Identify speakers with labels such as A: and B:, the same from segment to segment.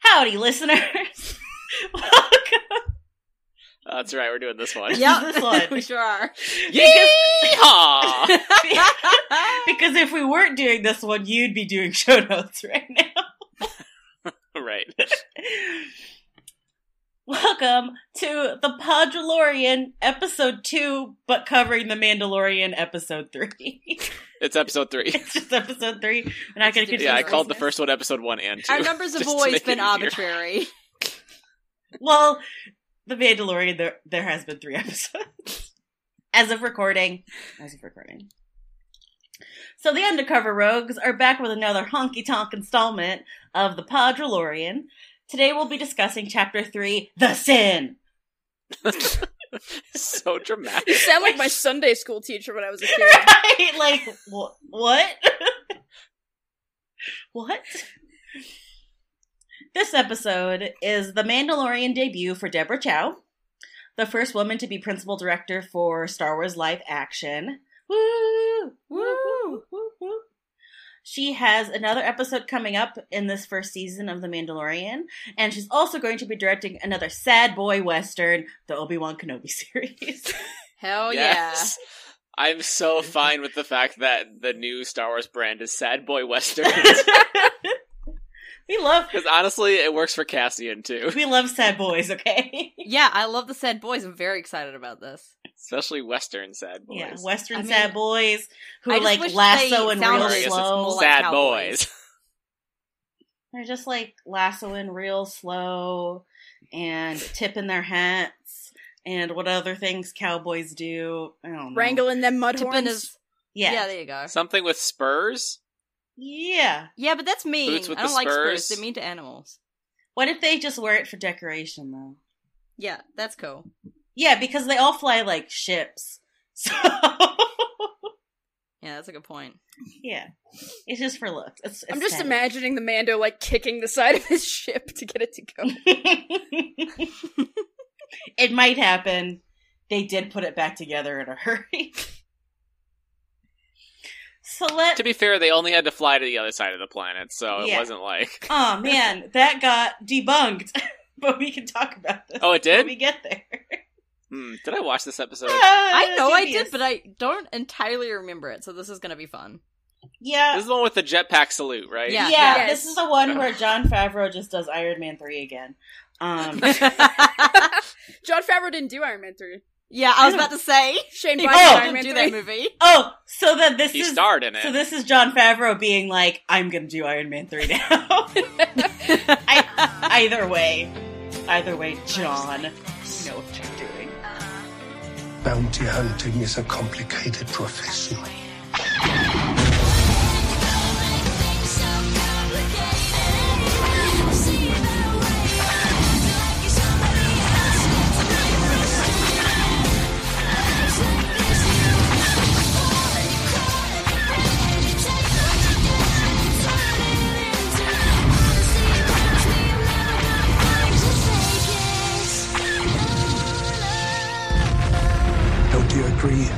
A: Howdy, listeners. Welcome
B: Uh, That's right, we're doing this one.
A: Yep. This one.
C: we sure are.
B: Yeehaw!
A: Because if we weren't doing this one, you'd be doing show notes right now.
B: right.
A: Welcome to The Podalorian Episode 2, but covering The Mandalorian Episode 3.
B: It's episode three.
A: it's just Episode 3. We're not going to
C: It's
B: Yeah, I
C: episode
B: called the
C: business.
B: first one episode one and two.
C: Our numbers of
B: Just to
C: boys
B: make
C: been
B: it easier.
C: arbitrary.
A: Well, The Mandalorian, there, there has been three episodes. As of recording. As of recording. So the Undercover Rogues are back with another honky tonk installment of The Podalorian. Today we'll be discussing Chapter 3, The Sin.
B: so dramatic.
C: You sound like my Sunday school teacher when I was a kid.
A: right? Like wh- what? what? This episode is the Mandalorian debut for Deborah Chow, the first woman to be principal director for Star Wars live action. Woo! Woo! Woo! Woo! Woo! She has another episode coming up in this first season of The Mandalorian, and she's also going to be directing another sad boy western, the Obi Wan Kenobi series. Oh,
C: Hell
B: Yes. I'm so fine with the fact that the new Star Wars brand is Sad Boy Westerns.
A: we love
B: Because honestly, it works for Cassian too.
A: We love sad boys, okay?
C: yeah. Yeah, I love the said boys. I'm very excited about this.
B: Especially Western Sad Boys.
A: Yeah, Western
C: I mean,
A: sad boys who
C: I just
A: like
C: wish
A: lasso
C: they
A: and
C: sounded
A: real
B: Or I guess it's
A: slow.
C: more like
B: sad
C: Cowboys.
B: Boys.
A: They're just like lassoing real slow and tipping their hats and what other things cowboys do. I don't know.
C: Wrangling them mud
D: Tippin' is-
C: horns. Yeah.
A: Yeah.
C: there you go.
B: Something with spurs?
A: Yeah.
D: Yeah, but that's mean.
B: Boots with
D: I don't
B: the
D: like spurs.
B: spurs.
D: They mean to animals.
A: What if they just wear it for decoration though?
D: Yeah, that's cool.
A: Yeah, because they all fly like ships. So
D: Yeah, that's a good point.
A: yeah. It's just for looks. It's, it's
C: I'm just
A: sad.
C: imagining the Mando like kicking the side of his ship to get it to go.
A: it might happen. They did put it back together in a hurry. so let
B: To be fair, they only had to fly to the other side of the planet, so it
A: Yeah.
B: wasn't like.
A: Oh man, that got debunked. but we can talk about this.
B: Oh, it
A: when
B: did?
A: we get there.
B: Hmm, did I watch this episode?
D: I know I did, but I don't entirely remember it, so this is going to be fun.
A: yeah.
B: This is the one with the jetpack salute, right?
A: yeah,
D: Yeah.
C: Yes.
A: This is the one where John Favreau just does Iron Man three again. Um,
C: John Favreau didn't do Iron Man 3.
D: yeah, I was about to say.
C: Shane
D: He
C: Black
A: Oh!
C: did
D: oh,
C: Iron Man
D: didn't do
C: 3.
D: that movie.
A: oh, so that this
B: He
A: is
B: starred in it.
A: so this is John Favreau being like, I'm gonna do Iron Man three now. I, either way, either way, John, you know what you're doing.
E: Bounty hunting is a complicated profession. Don't you agree?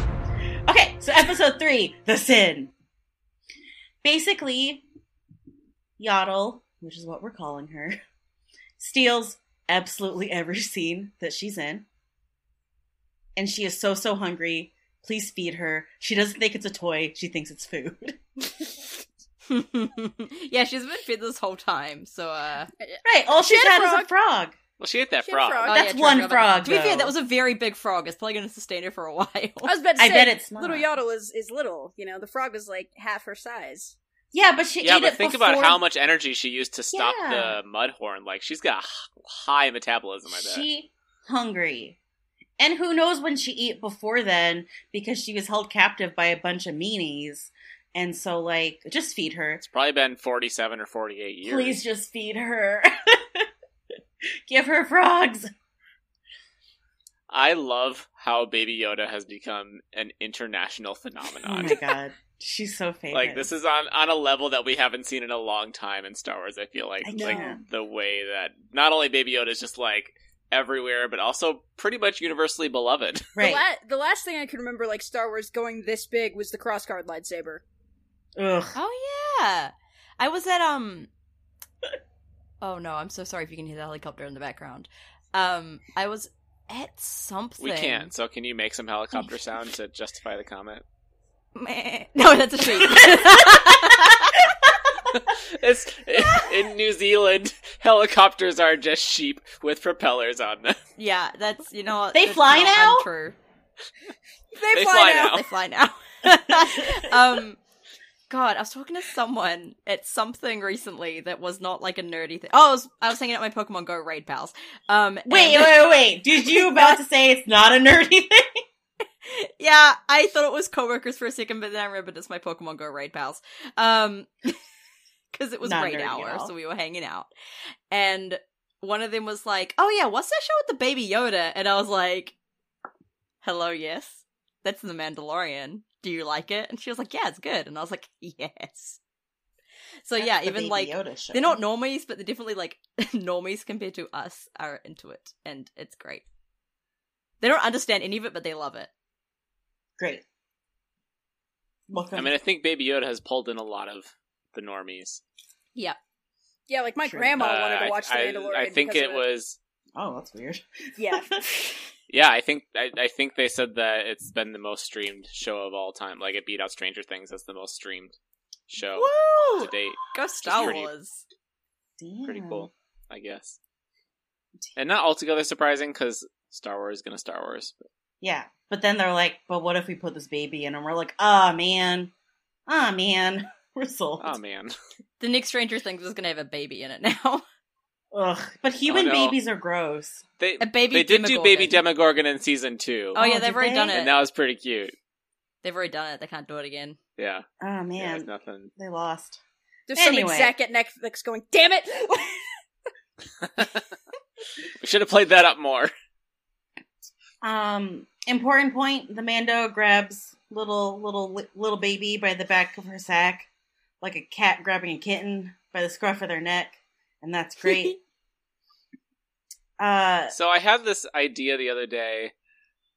A: Okay, so episode three, the sin. Basically, Yaddle, which is what we're calling her, steals absolutely every scene that she's in, and she is so so hungry. Please feed her. She doesn't think it's a toy. She thinks it's food.
D: yeah, she's been fed this whole time, so uh
A: Right. All
C: She
A: she's
C: had
A: had
C: a
A: is a frog.
B: well, she ate that
C: She had
B: frog.
C: frog.
D: oh,
A: That's
D: yeah, true,
A: one
D: I forgot about-
A: frog,
D: To be
A: though.
D: fair, that was a very big frog. It's probably going to sustain her for a while.
C: I was about to
A: I
C: say,
A: bet it's not.
C: Little Yaddle is, is little. You know, the frog is like half her size.
A: Yeah, but she
B: Yeah,
A: ate
B: but
A: it
B: think
A: before.
B: about how much energy she used to stop
A: Yeah.
B: the mudhorn. Like she's got a h- high metabolism. I bet.
A: she hungry and who knows when she ate before then because she was held captive by a bunch of meanies and so like just feed her
B: It's probably been forty-seven or forty-eight years.
A: please just feed her give her frogs
B: I love how Baby Yoda has become an international
A: oh
B: phenomenon.
A: my god she's so famous
B: like this is on on a level that we haven't seen in a long time in Star Wars. I feel like
A: I know.
B: like the way that not only Baby Yoda is just like everywhere, but also pretty much universally beloved.
C: The,
A: right
C: la- the last thing I can remember, like Star Wars going this big, was the crossguard lightsaber.
A: Ugh.
D: Oh yeah, I was at um, Oh no, I'm so sorry if you can hear the helicopter in the background. Um, I was at something.
B: We can't. So can you make some helicopter sound to justify the comment?
D: Meh. No, that's a sheep.
B: It's in New Zealand. Helicopters are just sheep with propellers on them.
D: yeah, that's you know. what,
A: They
D: that's
A: fly
D: not
A: now?
D: Untrue.
C: They,
B: They
C: fly,
B: fly
C: now.
B: now.
D: They fly now. um, God, I was talking to someone at something recently that was not like a nerdy thing. Oh, I was, I was hanging out with my Pokemon Go raid pals. Um,
A: Wait,
D: and-
A: wait, wait. Did you about to say it's not a nerdy thing?
D: yeah, I thought it was coworkers for a second, but then I remembered it's my Pokemon Go raid pals. Um, because it was
A: Not
D: raid
A: nerdy at
D: hour,
A: all.
D: so we were hanging out, and one of them was like, "Oh yeah, what's that show with the baby Yoda?" And I was like, "Hello, yes, that's The Mandalorian. Do you like it?" And she was like, "Yeah, it's good." And I was like, "Yes." So yeah,
A: That's the
D: even
A: Baby
D: like
A: Yoda show.
D: they're not normies, but they're definitely like normies compared to us are into it, and it's great. They don't understand any of it, but they love it.
A: great. Welcome.
B: I mean, I think Baby Yoda has pulled in a lot of the normies.
C: Yeah, like my
A: True.
C: grandma
B: Uh,
C: wanted
B: I-
C: to watch The
B: I-
C: Mandalorian.
B: I, think
C: because
B: it
C: of
B: was.
A: oh, that's weird.
C: Yeah.
B: Yeah, I think I, I think they said that it's been the most streamed show of all time. Like it beat out Stranger Things as the most streamed show
D: Woo!
B: to date.
D: Go Star
B: pretty-
D: Wars.
A: Damn.
B: Pretty cool, I guess. And not altogether surprising because Star Wars is gonna Star Wars.
A: Yeah, but then they're like, "But what if we put this baby in?" And we're like, "Ah, man, ah, man, we're sold."
B: Oh man,
D: The next Stranger Things is going to have a baby in it now.
A: Ugh. But human
B: oh, no.
A: babies are gross.
B: they
D: A baby.
B: they did do
D: Demogorgon.
B: Baby Demogorgon in season two,
D: Oh,
A: Oh,
D: yeah, they've
A: did
D: already
A: they?
D: done it.
B: and that was pretty cute.
D: they've already done it. They can't do it again.
B: Yeah,
A: Oh
B: yeah, it
A: man,
B: was nothing.
A: they lost.
C: There's
A: Anyway.
C: some exec at Netflix going, damn it!
B: We should have played that up more.
A: Um, important point: the Mando grabs little little little baby by the back of her sack, like a cat grabbing a kitten by the scruff of their neck, and that's great. uh,
B: So I had this idea the other day,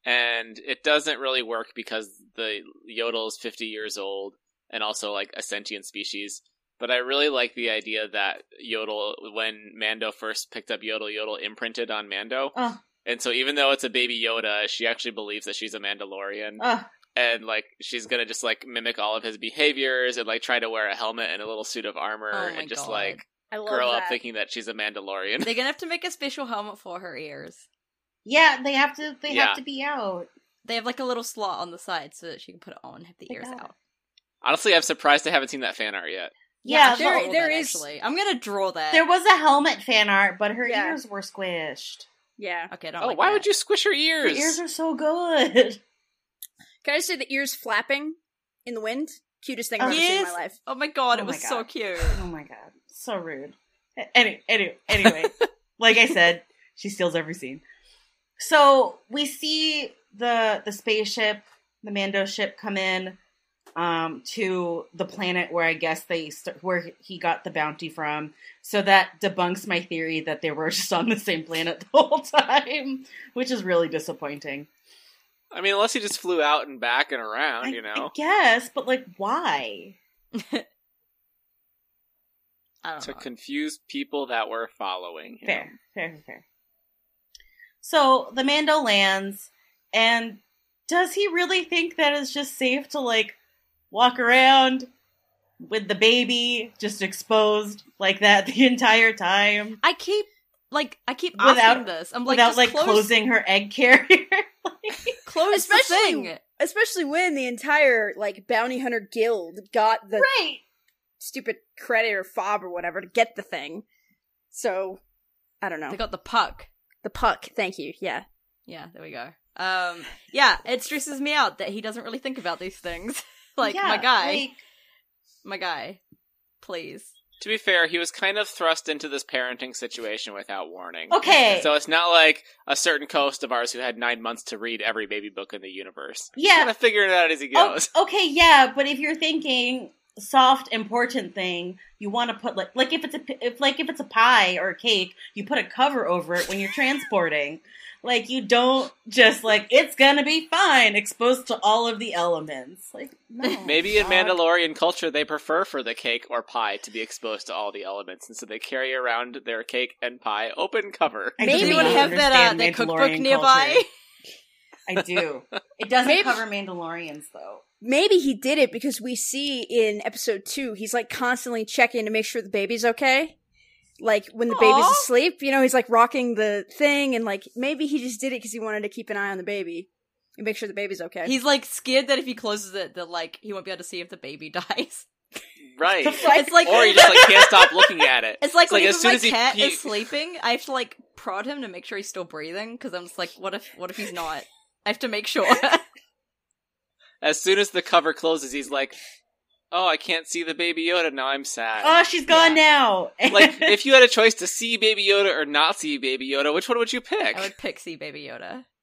B: and it doesn't really work because the yodel is 50 years old and also like a sentient species. But I really like the idea that yodel, when Mando first picked up yodel, yodel imprinted on Mando.
A: oh,
B: And so even though it's a baby Yoda, she actually believes that she's a Mandalorian.
A: oh,
B: And like she's gonna just like mimic all of his behaviors and like try to wear a helmet and a little suit of armor
D: Oh my
B: and just
D: God.
B: like
C: I love
B: grow
C: that.
B: up thinking that she's a Mandalorian.
D: They're going to have to make a special helmet for her ears.
A: yeah, they have to. They
B: Yeah.
A: have to be out.
D: They have like a little slot on the side so that she can put it on and have the
A: My
D: ears
A: God.
D: out.
B: Honestly, I'm surprised I haven't seen that fan art yet.
A: Yeah,
D: I
A: there-
D: thought of
C: there
D: that,
C: is-
D: Actually. I'm going to draw that.
A: There was a helmet fan art, but her
C: Yeah.
A: ears were squished.
C: Yeah.
D: okay, I don't
B: Oh,
D: like
B: why
D: that.
B: would you squish her
A: Her
B: ears?
A: ears are so good.
C: Can I just say the ears flapping in the wind? Cutest thing
A: Oh.
C: I've ever seen in
D: Yes.
C: my life.
D: Oh my god,
A: Oh
D: it
A: my
D: was so
A: God.
D: cute.
A: Oh my god, so rude. A- Any, any, anyway, like I said, she steals every scene. So we see the the spaceship, the Mando ship, come in um, to the planet where I guess they st- where he got the bounty from. So that debunks my theory that they were just on the same planet the whole time, which is really disappointing.
B: I mean, unless he just flew out and back and around,
A: I-
B: you know.
A: I guess, but like, why?
D: I don't
B: to
D: know.
B: confuse people that were following
A: uh,
B: him.
A: Fair, fair, fair. So the Mando lands, and does he really think that it's just safe to like walk around with the baby just exposed like that the entire time
D: I keep like I keep
A: Without-
D: asking this. I'm like
A: without
D: just
A: like
D: close,
A: closing her egg carrier?
D: close
C: Especially-
D: the thing.
C: Especially when the entire, like, bounty hunter guild got the
A: right.
C: stupid credit or fob or whatever to get the thing. So, I don't know.
D: They got the puck.
C: the puck, thank you, yeah.
D: Yeah, there we go. Um, yeah, it stresses me out that he doesn't really think about these things. like
A: Yeah,
D: my guy,
A: like,
D: my guy, please.
B: To be fair, he was kind of thrust into this parenting situation without warning.
A: okay.
B: So it's not like a certain coast of ours who had nine months to read every baby book in the universe.
A: yeah.
B: Kind of figuring it out as he goes.
A: Oh, okay, yeah, but if you're thinking soft, important thing, you want to put like like if it's a p- if like if it's a pie or a cake, you put a cover over it when you're transporting. Like you don't just like it's gonna be fine exposed to all of the elements. Like no.
B: Maybe in
A: dog.
B: Mandalorian culture, they prefer for the cake or pie to be exposed to all the elements, and so they carry around their cake and pie open cover.
A: I
D: Maybe
A: do
D: you would
A: not
D: have that uh,
A: understand
D: that cookbook
A: Mandalorian
D: nearby.
A: culture. I do. It doesn't
C: Maybe-
A: cover Mandalorians though.
C: Maybe he did it because we see in episode two, he's like constantly checking to make sure the baby's okay. Like when the baby's
D: Aw.
C: asleep, you know, he's like rocking the thing, and like maybe he just did it because he wanted to keep an eye on the baby and make sure the baby's okay.
D: He's like scared that if he closes it, that like he won't be able to see if the baby dies.
B: Right.
D: It's like
B: or you just like can't stop looking at it.
D: it's like,
B: It's
D: when
B: like,
D: even
B: as soon
D: my
B: as he
D: cat
B: pukes-
D: is sleeping, I have to like prod him to make sure he's still breathing because I'm just like, what if what if he's not? I have to make sure.
B: As soon as the cover closes, he's like, "Oh, I can't see the Baby Yoda now. I'm sad."
D: Uh,
A: Oh, she's gone now.
B: like, if you had a choice to see Baby Yoda or not see Baby Yoda, which one would you pick?
D: I would pixie baby Yoda.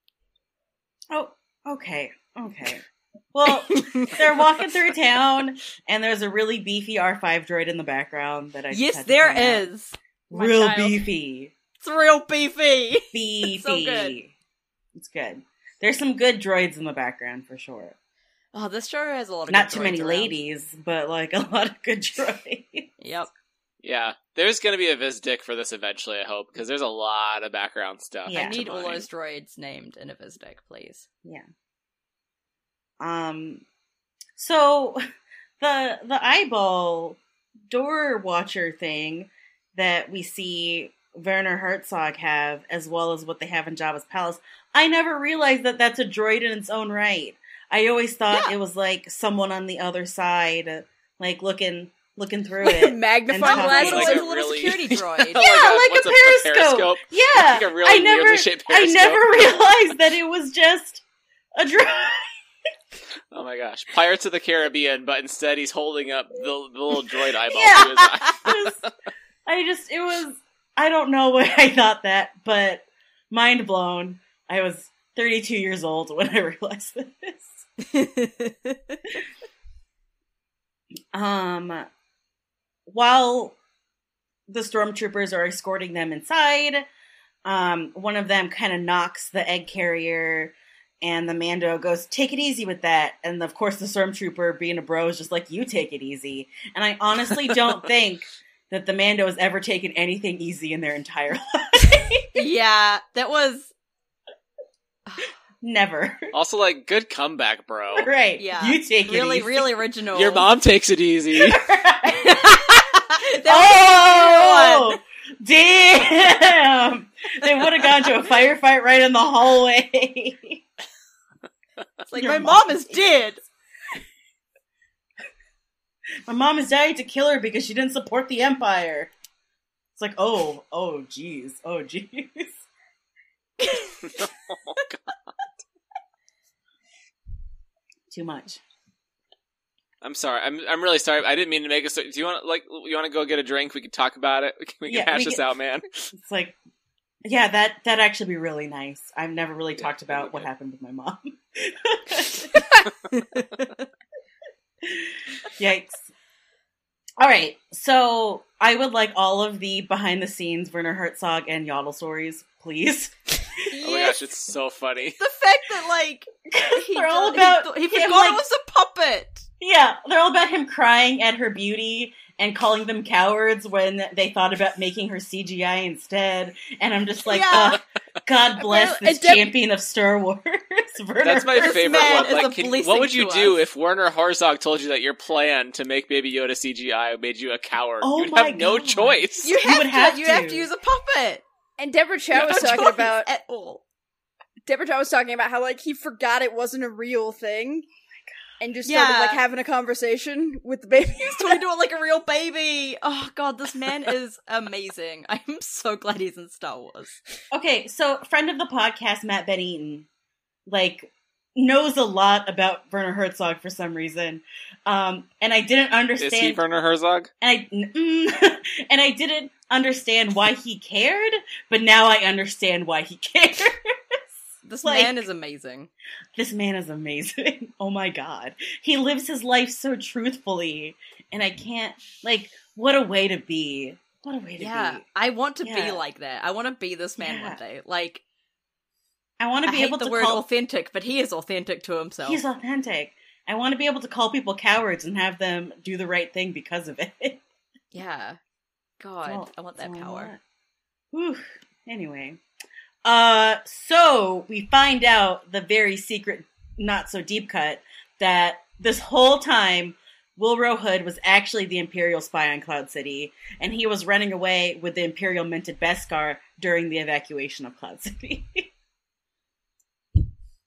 A: Oh, okay. Okay. Well, they're walking through town, and there's a really beefy R5 droid in the background that I just
D: yes,
A: had to
D: there
A: point out.
D: is. my
A: Real
D: child.
A: beefy.
D: It's real beefy.
A: Beefy.
D: so good.
A: It's good. There's some good droids in the background for sure.
D: Oh, this show has a lot of
A: Not
D: good
A: too many
D: droids around.
A: ladies, but like a lot of good droids.
D: Yep.
B: Yeah, there's gonna be a Viz Dick for this eventually. I hope because there's a lot of background stuff.
A: Yeah.
D: I need all
B: Mine.
D: those droids named in a Vizdeck, please.
A: Um, so the the eyeball door watcher thing that we see Werner Herzog have, as well as what they have in Jabba's palace, I never realized that that's a droid in its own right. I always thought it was like someone on the other side, like looking looking through
C: With
A: it. And
C: magnifying
A: Tom
C: glass.
A: Hanks,
D: It's a
A: like
D: little,
B: a really-
D: security
B: Oh my
D: droid.
B: God,
A: like
B: what's
A: a
B: periscope?
A: Yeah,
B: Like a really
A: I never,
B: weirdly shaped
A: I
B: periscope.
A: never realized that it was just a droid.
B: Oh my gosh, Pirates of the Caribbean, but instead he's holding up the, the little droid eyeball.
A: Yeah.
B: to his eye.
A: Just- I just it was I don't know why I thought that, but mind blown. I was 32 years old when I realized this. Um while the stormtroopers are escorting them inside, um one of them kind of knocks the egg carrier and the Mando goes, "Take it easy with that." And of course, the stormtrooper, being a bro, is just like, "You take it easy." And I honestly don't think that the Mando has ever taken anything easy in their entire life.
D: yeah, that was
A: Never.
B: Also, like, good comeback, bro.
A: right.
D: Oh, Yeah.
A: You take it
D: really,
A: easy.
D: really original.
B: Your mom takes it easy.
D: that
A: oh, damn! They would have gone to a firefight right in the hallway.
D: was like,
A: Your
D: my
A: mom
D: mom is dead.
A: My mom is dying to kill her because she didn't support the Empire. It's like, oh, oh, jeez, oh, jeez. Too much.
B: I'm sorry. I'm I'm really sorry. I didn't mean to make a. Do you want like you want to go get a drink? We can talk about it. We can, we can
A: Yeah,
B: hash
A: we
B: this
A: can-
B: out, man. Oh
A: It's like, yeah, that that actually be really nice. I've never really
B: Yeah,
A: talked about
B: okay.
A: what happened with my mom. Yikes. All right, so I would like all of the behind the scenes Werner Herzog and Yaddle stories, please.
B: Oh my gosh, it's so funny.
D: The fact that like he
A: They're all
D: thought-
A: about
D: he, thought- he
A: him,
D: forgot
A: like-
D: it was a puppet.
A: Yeah, they're all about him crying at her beauty and calling them cowards when they thought about making her CGI instead. And I'm just like,
D: Yeah.
A: ugh, God bless
C: Apparently-
A: this
C: and Deb-
A: champion of Star Wars. Werner
B: That's my
A: Herzog.
B: favorite
D: man
B: one.
D: is a
B: Like, can,
D: blessing
B: what would you
D: to
B: do
D: us.
B: if Werner Herzog told you that your plan to make Baby Yoda CGI made you a coward?
A: Oh
B: You'd
A: my
B: have no
A: God.
B: choice.
D: You have
A: would
D: to.
A: have
D: you
A: to.
D: have to use a puppet.
C: and Deborah Chow
D: You
C: was
D: have no
C: talking
D: choice
C: about
D: at all.
C: Deborah Chow was talking about how like he forgot it wasn't a real thing, and just
D: Yeah.
C: started like having a conversation with the baby.
D: He's trying to do it like a real baby. Oh god, this man is amazing. I'm so glad he's in Star Wars.
A: Okay, so friend of the podcast, Matt Ben Eaton, like knows a lot about Werner Herzog for some reason, um, and I didn't
B: Is he
A: understand.
B: Werner Herzog?
A: and I mm, and I didn't understand why he cared, but now I understand why he cared.
D: This
A: Like-
D: man is amazing.
A: this man is amazing. Oh my god, he lives his life so truthfully, and I can't like what a way to be. What a way to
D: Yeah,
A: be.
D: I want to
A: Yeah.
D: be like that. I want to be this man
A: Yeah.
D: one day. Like
A: I want to
D: I
A: be
D: hate
A: able
D: the
A: to
D: word
A: call.
D: authentic, but he is authentic to himself.
A: He's authentic. I want to be able to call people cowards and have them do the right thing because of it.
D: yeah. God, I want that power.
A: Whew. Anyway, uh, so we find out the very secret, not so deep cut that this whole time. Wilro Hood was actually the Imperial spy on Cloud City, and he was running away with the Imperial minted Beskar during the evacuation of Cloud City.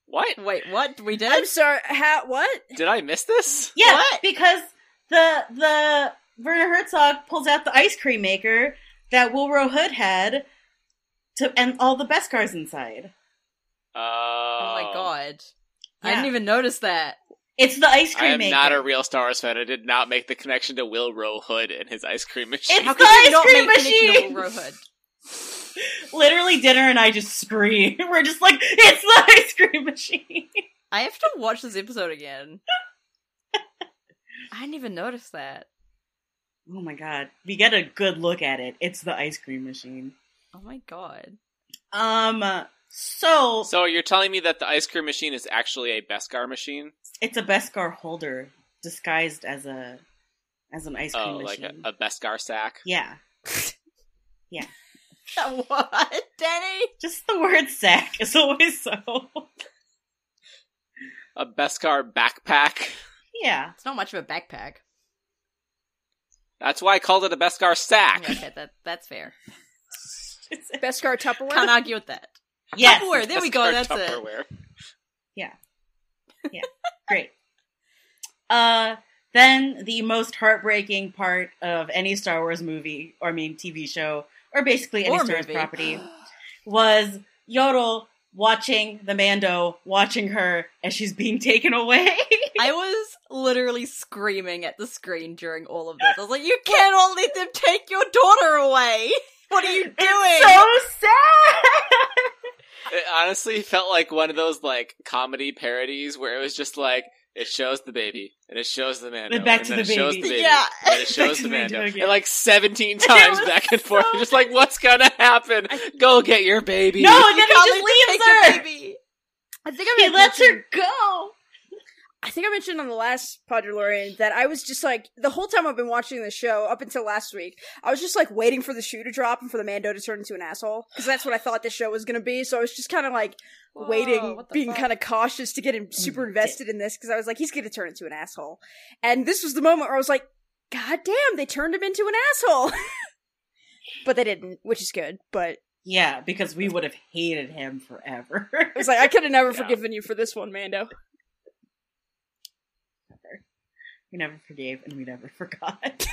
B: What?
D: Wait, what we did?
C: I'm sorry. How? What?
B: Did I miss this?
A: Yeah,
D: What?
A: because the the Werner Herzog pulls out the ice cream maker that Wilro Hood had, to and all the best cars inside.
B: Oh,
D: oh my god. I
A: Yeah.
D: didn't even notice that.
A: It's the ice
B: I
A: cream
B: am
A: maker.
B: not a real Star Wars fan. I did not make the connection to Will Rowe Hood and his ice cream machine.
A: It's
D: How
A: the
D: could you
A: ice
D: not
A: cream
D: make connection to
A: machine!
D: Will Rowe Hood?
A: Literally, dinner and I just scream. We're just like, it's the ice cream machine.
D: I have to watch this episode again. I didn't even notice that.
A: Oh my god, we get a good look at it. It's the ice cream machine.
D: Oh my god.
A: Um, so,
B: So you're telling me that the ice cream machine is actually a Beskar machine?
A: it's a Beskar holder disguised as a as an ice cream
B: Oh, like
A: machine.
B: a, a Beskar sack.
A: yeah,
D: what, Danny?
A: just the word sack is always so.
B: A Beskar backpack.
A: Yeah.
D: It's not much of a backpack.
B: That's why I called it a Beskar sack.
A: Ah.
D: Yeah, okay, that that's fair.
C: Beskar Tupperware.
D: Can't argue with that.
A: Yes.
D: Tupperware, there we go.
B: Beskar
D: That's it.
B: Tupperware.
A: Great. Uh, then the most heartbreaking part of any Star Wars movie, or I mean TV show, or basically any
D: Or
A: Star Wars
D: movie.
A: property, was Yodel watching the Mando watching her as she's being taken away.
D: I was literally screaming at the screen during all of this. I was like, "You cannot let them take your daughter away. What are you doing?"
A: It's so sad.
B: It honestly felt like one of those like comedy parodies where it was just like it shows the baby and it shows the man
A: Then back to
B: and then
A: the
B: it shows
A: baby.
B: the baby
D: Yeah.
B: and then it shows
A: to
B: the
A: the
B: Mando
A: Mando again.
B: and like 17 times
A: was
B: back and
A: so-
B: forth. You're just like what's gonna happen? Go get your baby.
A: No, and then
D: You can't
A: he
D: let them take your
A: just leaves her.
D: baby.
C: I think I
A: He
C: mentioned,
A: lets her go.
C: I think I mentioned on the last Podularian that I was just like the whole time I've been watching the show up until last week. I was just like waiting for the shoe to drop and for the Mando to turn into an asshole because that's what I thought this show was going to be. So I was just kind of like waiting, being kind of cautious to get him super invested in this because I was like he's going to turn into an asshole. And this was the moment where I was like, God damn, they turned him into an asshole. but they didn't, which is good. But
A: Yeah, because we would have hated him forever.
C: it was like I could have never
B: Yeah.
C: forgiven you for this one, Mando.
A: We never forgave and we never forgot.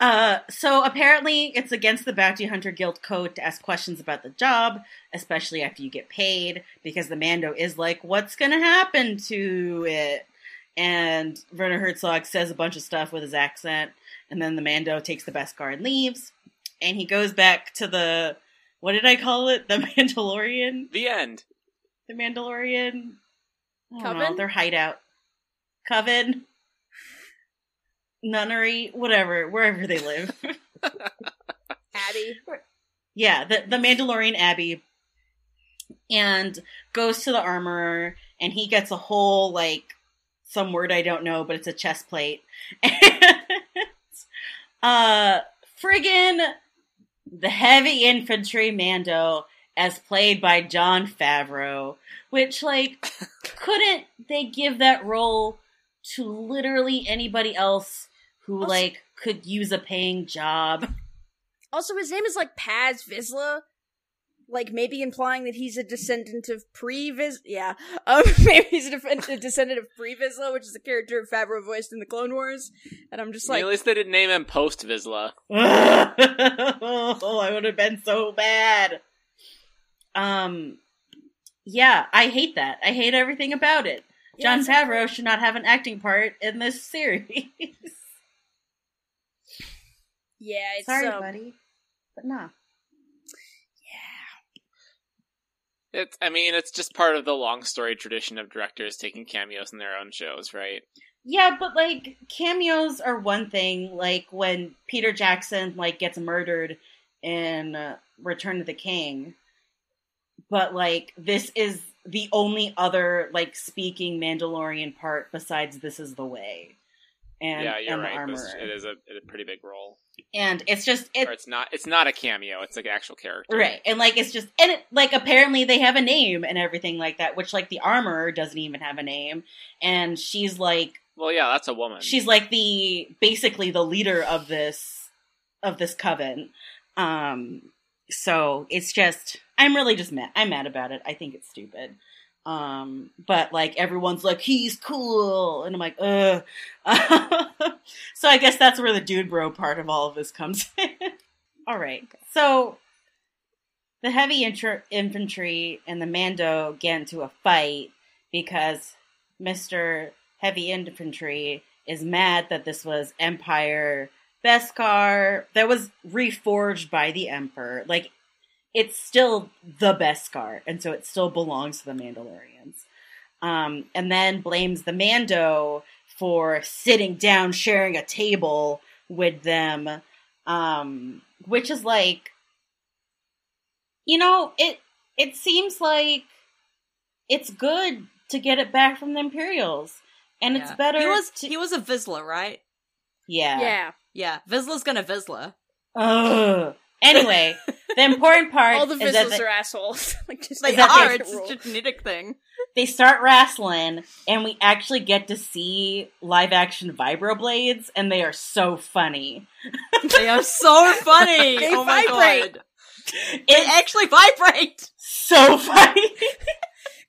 A: uh, so apparently, it's against the Bounty Hunter Guild code to ask questions about the job, especially after you get paid, because the Mando is like, what's going to happen to it? And Werner Herzog says a bunch of stuff with his accent, and then the Mando takes the best car and leaves, and he goes back to the. What did I call it? The Mandalorian?
B: The end.
A: the Mandalorian I don't Know,
D: Coven?
A: their hideout. Coven. Nunnery, whatever, wherever they live.
C: Abby,
A: yeah, the, the Mandalorian Abbey. And goes to the armorer and he gets a whole like some word I don't know, but it's a chest plate. And, uh friggin' the heavy infantry Mando as played by John Favreau, which like couldn't they give that role to literally anybody else who
C: Also-
A: like could use a paying job?
C: Also, his name is like Paz Vizsla, like maybe implying that he's a descendant of pre Viz. Yeah, um, maybe he's a, def- a descendant of pre Vizsla, which is a character Favreau voiced in the Clone Wars. And I'm just like,
B: at least they didn't name him Post Vizsla.
A: oh, I would have been so bad. Um, yeah, I hate that. I hate everything about it.
C: Yeah,
A: John Favreau should not have an acting part in this series.
C: yeah, it's
A: Sorry,
C: um,
A: buddy, but nah.
B: It's, I mean, it's just part of the long story tradition of directors taking cameos in their own shows, right?
A: Yeah, but like cameos are one thing. Like when Peter Jackson like gets murdered in uh, Return of the King, but like this is the only other like speaking Mandalorian part besides "This is the way." And,
B: yeah, you're
A: and the
B: right. It was-
A: armorer.
B: it is a, it's a pretty big role,
A: and it's just
B: or
A: it's
B: it's not. It's not a cameo. It's like an actual character,
A: right, and like it's just and it, like apparently they have a name and everything like that, which like the armorer doesn't even have a name, and she's like
B: Well, yeah, that's a woman.
A: she's like the basically the leader of this of this coven um so it's just i'm really just mad i'm mad about it i think it's stupid um but like everyone's like he's cool and i'm like ugh so i guess that's where the dude bro part of all of this comes in all right so the heavy intro- infantry and the mando get into a fight because Mr. Heavy Infantry is mad that this was Empire Beskar that was reforged by the Emperor. Like, it's still the Beskar, and so it still belongs to the Mandalorians. Um, and then blames the Mando for sitting down, sharing a table with them, um, which is like, you know, it it seems like it's good to get it back from the Imperials, and it's
D: Yeah.
A: better.
D: He was
A: to-
D: he was a Vizsla, right?
A: yeah.
C: Yeah.
D: Yeah, Vizsla's gonna Vizsla.
A: Ugh. Anyway, the important part
C: All the
A: is that
C: Vizslas
A: they,
C: are assholes. like, just
D: They
A: that
D: are.
A: the
D: It's a genetic thing.
A: they start wrestling, and we actually get to see live action vibroblades, and they are so funny.
D: They are so funny.
C: They
D: oh my
C: vibrate.
D: god, they
A: It's
D: actually vibrate.
A: so funny.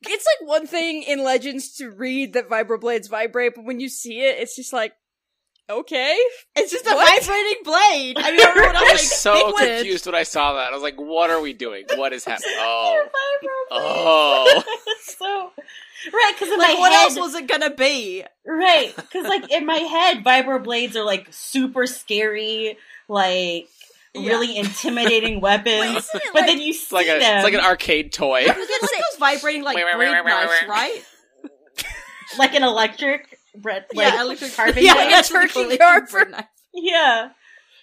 C: It's like one thing in Legends to read that vibroblades vibrate, but when you see it, it's just like, okay.
D: It's just a
C: What?
D: vibrating blade. I mean, everyone
B: I
D: else
B: was
D: like
B: so
D: big witch.
B: confused when I saw that. I was like, "What are we doing? What is happening?" Oh,
A: Vibroblades.
B: oh,
A: so right because in
D: Like,
A: my
D: what
A: head,
D: else was it gonna be?
A: right because like in my head, vibroblades are like super scary, like
D: Yeah.
A: really intimidating weapons.
C: Wait, isn't it
A: but
C: like,
A: then you
B: it's
A: see
B: like a,
A: them
B: it's like an arcade toy.
D: It was like those vibrating like
B: Wait, wait,
D: blade
B: wait, wait, wait,
D: knives,
B: wait.
D: right?
A: like an electric bre- like
D: yeah, electric
A: carving
D: Yeah,
A: knife.
D: electric
C: Turkey
D: blade
C: carver.
D: blade knife.
A: Yeah.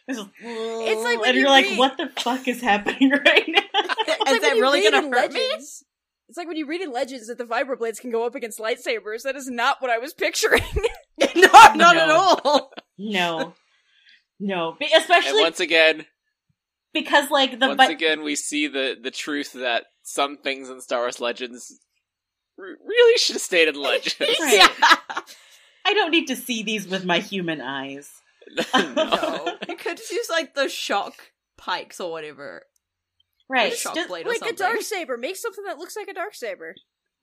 A: It's
C: like when
A: and
C: you
A: you're like,
C: read-
A: what the fuck is happening right now?
D: Is
C: It's like when
D: that
C: you
D: really
C: read
D: gonna
C: in
D: hurt me?
C: Legends. It's like when you read in Legends that the vibroblades can go up against lightsabers. That is not what I was picturing.
D: no, not at
A: No.
D: all.
A: No. No. But
B: And
A: especially
B: once again,
A: because like the
B: once
A: vi-
B: again, we see the the truth that some things in Star Wars Legends r- really should have stayed in Legends.
A: Right. I don't need to see these with my human eyes.
B: No.
D: No, you could just use like the shock pikes or whatever.
A: Right.
D: The shock
A: Just-
D: blade or
C: like a
D: something.
C: dark saber. Make something that looks like a dark saber.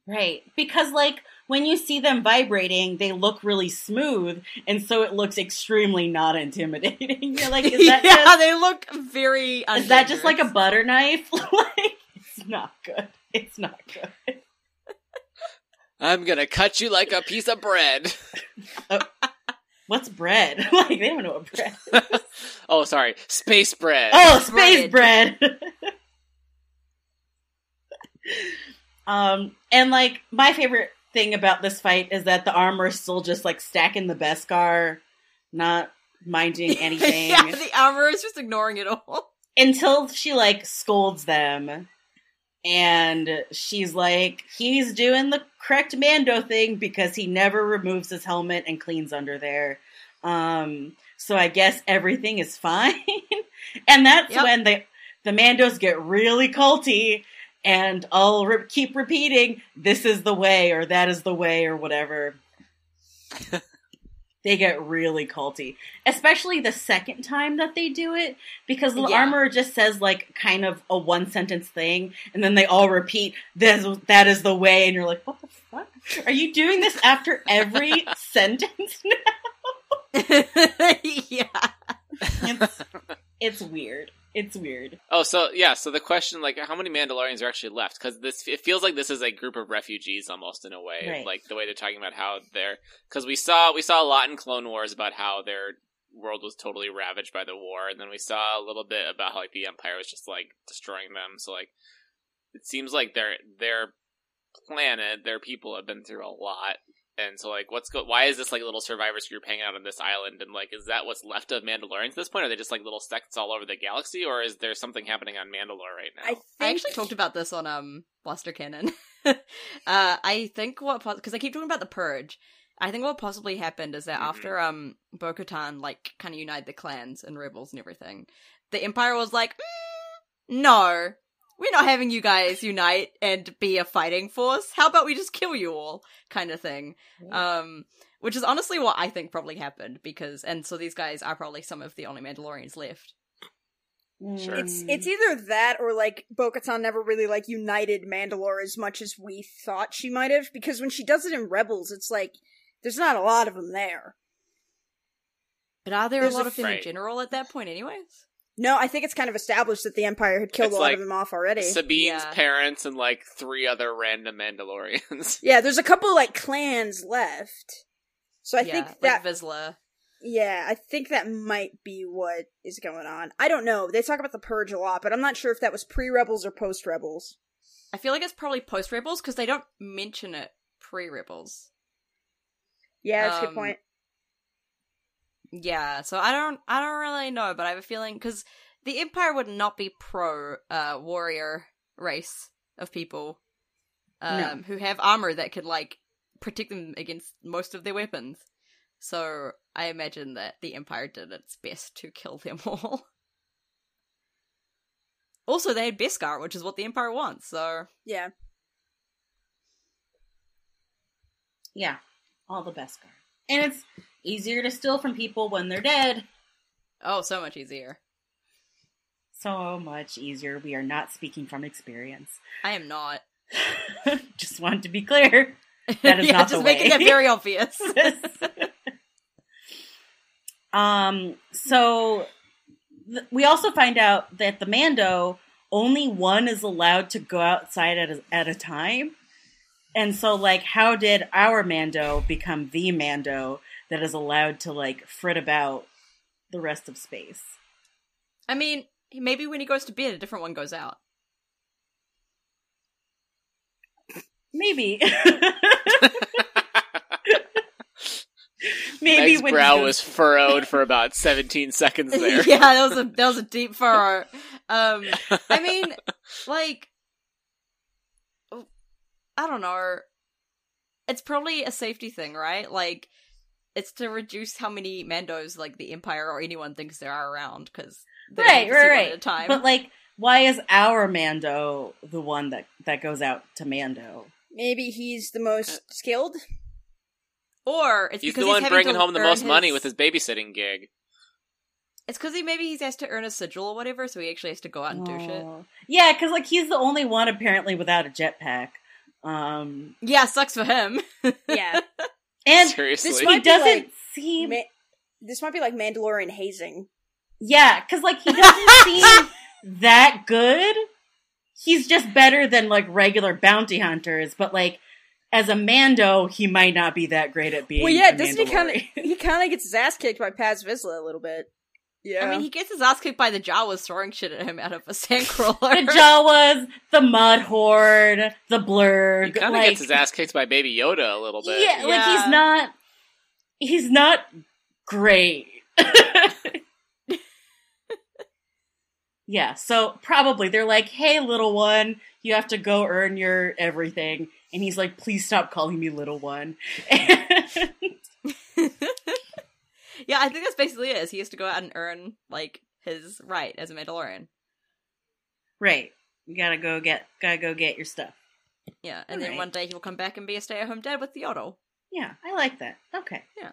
A: right. Because like when you see them vibrating, they look really smooth and so it looks extremely not intimidating. You're like, is that
D: yeah,
A: just
D: they look very.
A: Is that just like a
D: undangerous.
A: butter knife? like, it's not good. It's not good.
B: I'm gonna cut you like a piece of bread.
A: What's bread? like, they don't know what bread. is.
B: oh, sorry, space bread.
A: oh, space bread. um, and like my favorite thing about this fight is that the armor's still just like stacking the Beskar, not minding anything
D: yeah, the armor is just ignoring it all.
A: until she like scolds them. And she's like, he's doing the correct Mando thing because he never removes his helmet and cleans under there. Um, so I guess everything is fine. and that's
D: Yep.
A: when the the Mandos get really culty. And I'll re- keep repeating, this is the way, or that is the way, or whatever. they get really culty, especially the second time that they do it, because the
D: Yeah.
A: armorer just says like kind of a one sentence thing, and then they all repeat, "This that is the way," and you're like, "What the fuck? Are you doing this after every sentence?"
D: yeah,
A: it's, it's weird. It's weird.
B: Oh, so yeah, so the question, like, how many Mandalorians are actually left? Because this, it feels like this is a group of refugees almost in a way,
A: Right.
B: like the way they're talking about how they're. Because we saw we saw a lot in Clone Wars about how their world was totally ravaged by the war, and then we saw a little bit about how like the Empire was just like destroying them. So like, it seems like their their planet, their people have been through a lot, And so, like, what's go- why is this like little survivors group hanging out on this island? And like, is that what's left of Mandalorians at this point? Are they just like little sects all over the galaxy, or is there something happening on Mandalore right now?
C: I think
D: I actually talked about this on um Blaster Cannon. uh, I think what because I keep talking about the purge. I think what possibly happened is that
C: Mm-hmm.
B: Mhm.
D: after um Bo-Katan like kind of united the clans and rebels and everything, the Empire was like, "Mm, no, we're not having you guys unite and be a fighting force. How about we just kill you all?" kind of thing. Um, which is honestly what I think probably happened because, and so these guys are probably some of the only Mandalorians left.
B: Sure.
C: It's it's either that or like Bo Katan never really like united Mandalore as much as we thought she might have, because when she does it in Rebels, it's like there's not a lot of them there.
D: But are there
C: There's
D: a
C: a
D: lot of them in
B: Right.
D: general at that point, anyways?
C: No, I think it's kind of established that the Empire had killed
B: It's
C: a lot
B: like
C: of them off already.
B: Sabine's
D: Yeah.
B: parents and like three other random Mandalorians.
C: yeah, there's a couple like clans left. So I
D: yeah,
C: think
D: like
C: that
D: Vizsla.
C: yeah, I think that might be what is going on. I don't know. They talk about the purge a lot, but I'm not sure if that was pre-Rebels or post-Rebels.
D: I feel like it's probably post Rebels because they don't mention it pre Rebels.
C: Yeah, that's a
D: Um,
C: good point.
D: Yeah, so I don't, I don't really know, but I have a feeling because the Empire would not be pro uh, warrior race of people um, who have armor that could like protect them against most of their weapons. So I imagine that the Empire did its best to kill them all. also, they had Beskar, which is what the Empire wants. So
C: Yeah.
A: Yeah, all the best guard. And it's easier to steal from people when they're dead.
D: oh, so much easier.
A: So much easier. We are not speaking from experience.
D: I am not.
A: Just wanted to be clear. That is
D: yeah,
A: not the
D: just making
A: way.
D: that very obvious.
A: um, so th- we also find out that the Mando only one is allowed to go outside at a, at a time. And so, like, how did our Mando become the Mando that is allowed to like frit about the rest of space?
D: I mean, maybe when he goes to bed, a different one goes out.
A: Maybe, maybe
B: Meg's
A: when
B: brow
A: you-
B: was furrowed for about 17 seconds there.
D: yeah, that was a that was a deep furrow. Um, I mean, like, I don't know. It's probably a safety thing, right? Like, it's to reduce how many Mandos like the Empire or anyone thinks there are around because
A: Right, right, right.
D: At a time,
A: but like, why is our Mando the one that that goes out to Mando?
C: Maybe he's the most skilled.
D: or it's
B: He's
D: because
B: the one
D: having
B: bringing
D: to
B: home the
D: earn
B: most money with his babysitting gig.
D: It's because he maybe he's has to earn a sigil or whatever, so he actually has to go out and do shit.
A: Oh. Yeah, because like he's the only one apparently without a jetpack. Um,
D: Yeah, sucks for him.
C: Yeah.
A: and
B: Seriously.
C: this
A: he
C: might be,
A: doesn't
C: like,
A: seem.
C: Ma- this might be like Mandalorian hazing.
A: Yeah, because like he doesn't seem that good. He's just better than like regular bounty hunters, but like as a Mando, he might not be that great at being.
C: Well, yeah,
A: a
C: doesn't he kind of
A: Mandalorian.
C: he kind of gets his ass kicked by Paz Vizsla a little bit. Yeah,
D: I mean, he gets his ass kicked by the Jawas throwing shit at him out of a sandcrawler.
A: the Jawas, the Mud Horde, the Blurg.
B: He kind of
A: like,
B: gets his ass kicked by Baby Yoda a little bit.
A: Yeah, like
D: Yeah.
A: he's not. He's not great. yeah, so probably they're like, "Hey, little one, you have to go earn your everything," and he's like, "Please stop calling me little one."
D: yeah, I think that's basically it. Is he has to go out and earn like his right as a Mandalorian.
A: right, you gotta go get gotta go get your stuff.
D: Yeah, and then
A: Alright.
D: one day he'll come back and be a stay-at-home dad with the Yodel.
A: Yeah, I like that. Okay.
D: Yeah.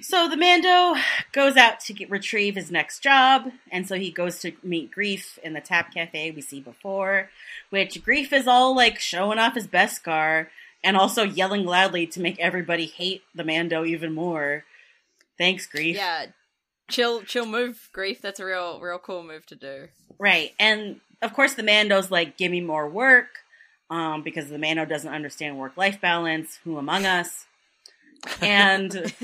A: So the Mando goes out to get, retrieve his next job, and so he goes to meet Grief in the tap cafe we see before, which Grief is all like showing off his best scar and also yelling loudly to make everybody hate the Mando even more. Thanks, Grief.
D: Yeah, chill, chill move, grief. That's a real, real cool move to do.
A: Right. And of course, the Mando's like, give me more work um, because the Mando doesn't understand work life balance. Who among us? And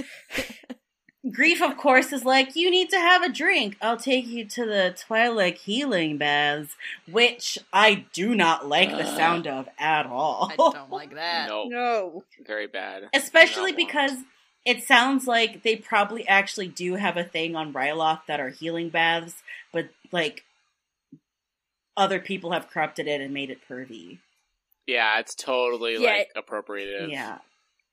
A: Grief, of course, is like, you need to have a drink. I'll take you to the Twilight Healing Baths, which I do not like the
B: Ugh.
A: sound of at all.
D: I don't like that.
C: Oh.
B: No,
C: No.
B: very bad.
A: Especially
B: No.
A: because it sounds like they probably actually do have a thing on Ryloth that are healing baths, but like other people have corrupted it and made it pervy.
B: Yeah, it's totally
C: Yeah.
B: like appropriative.
A: Yeah.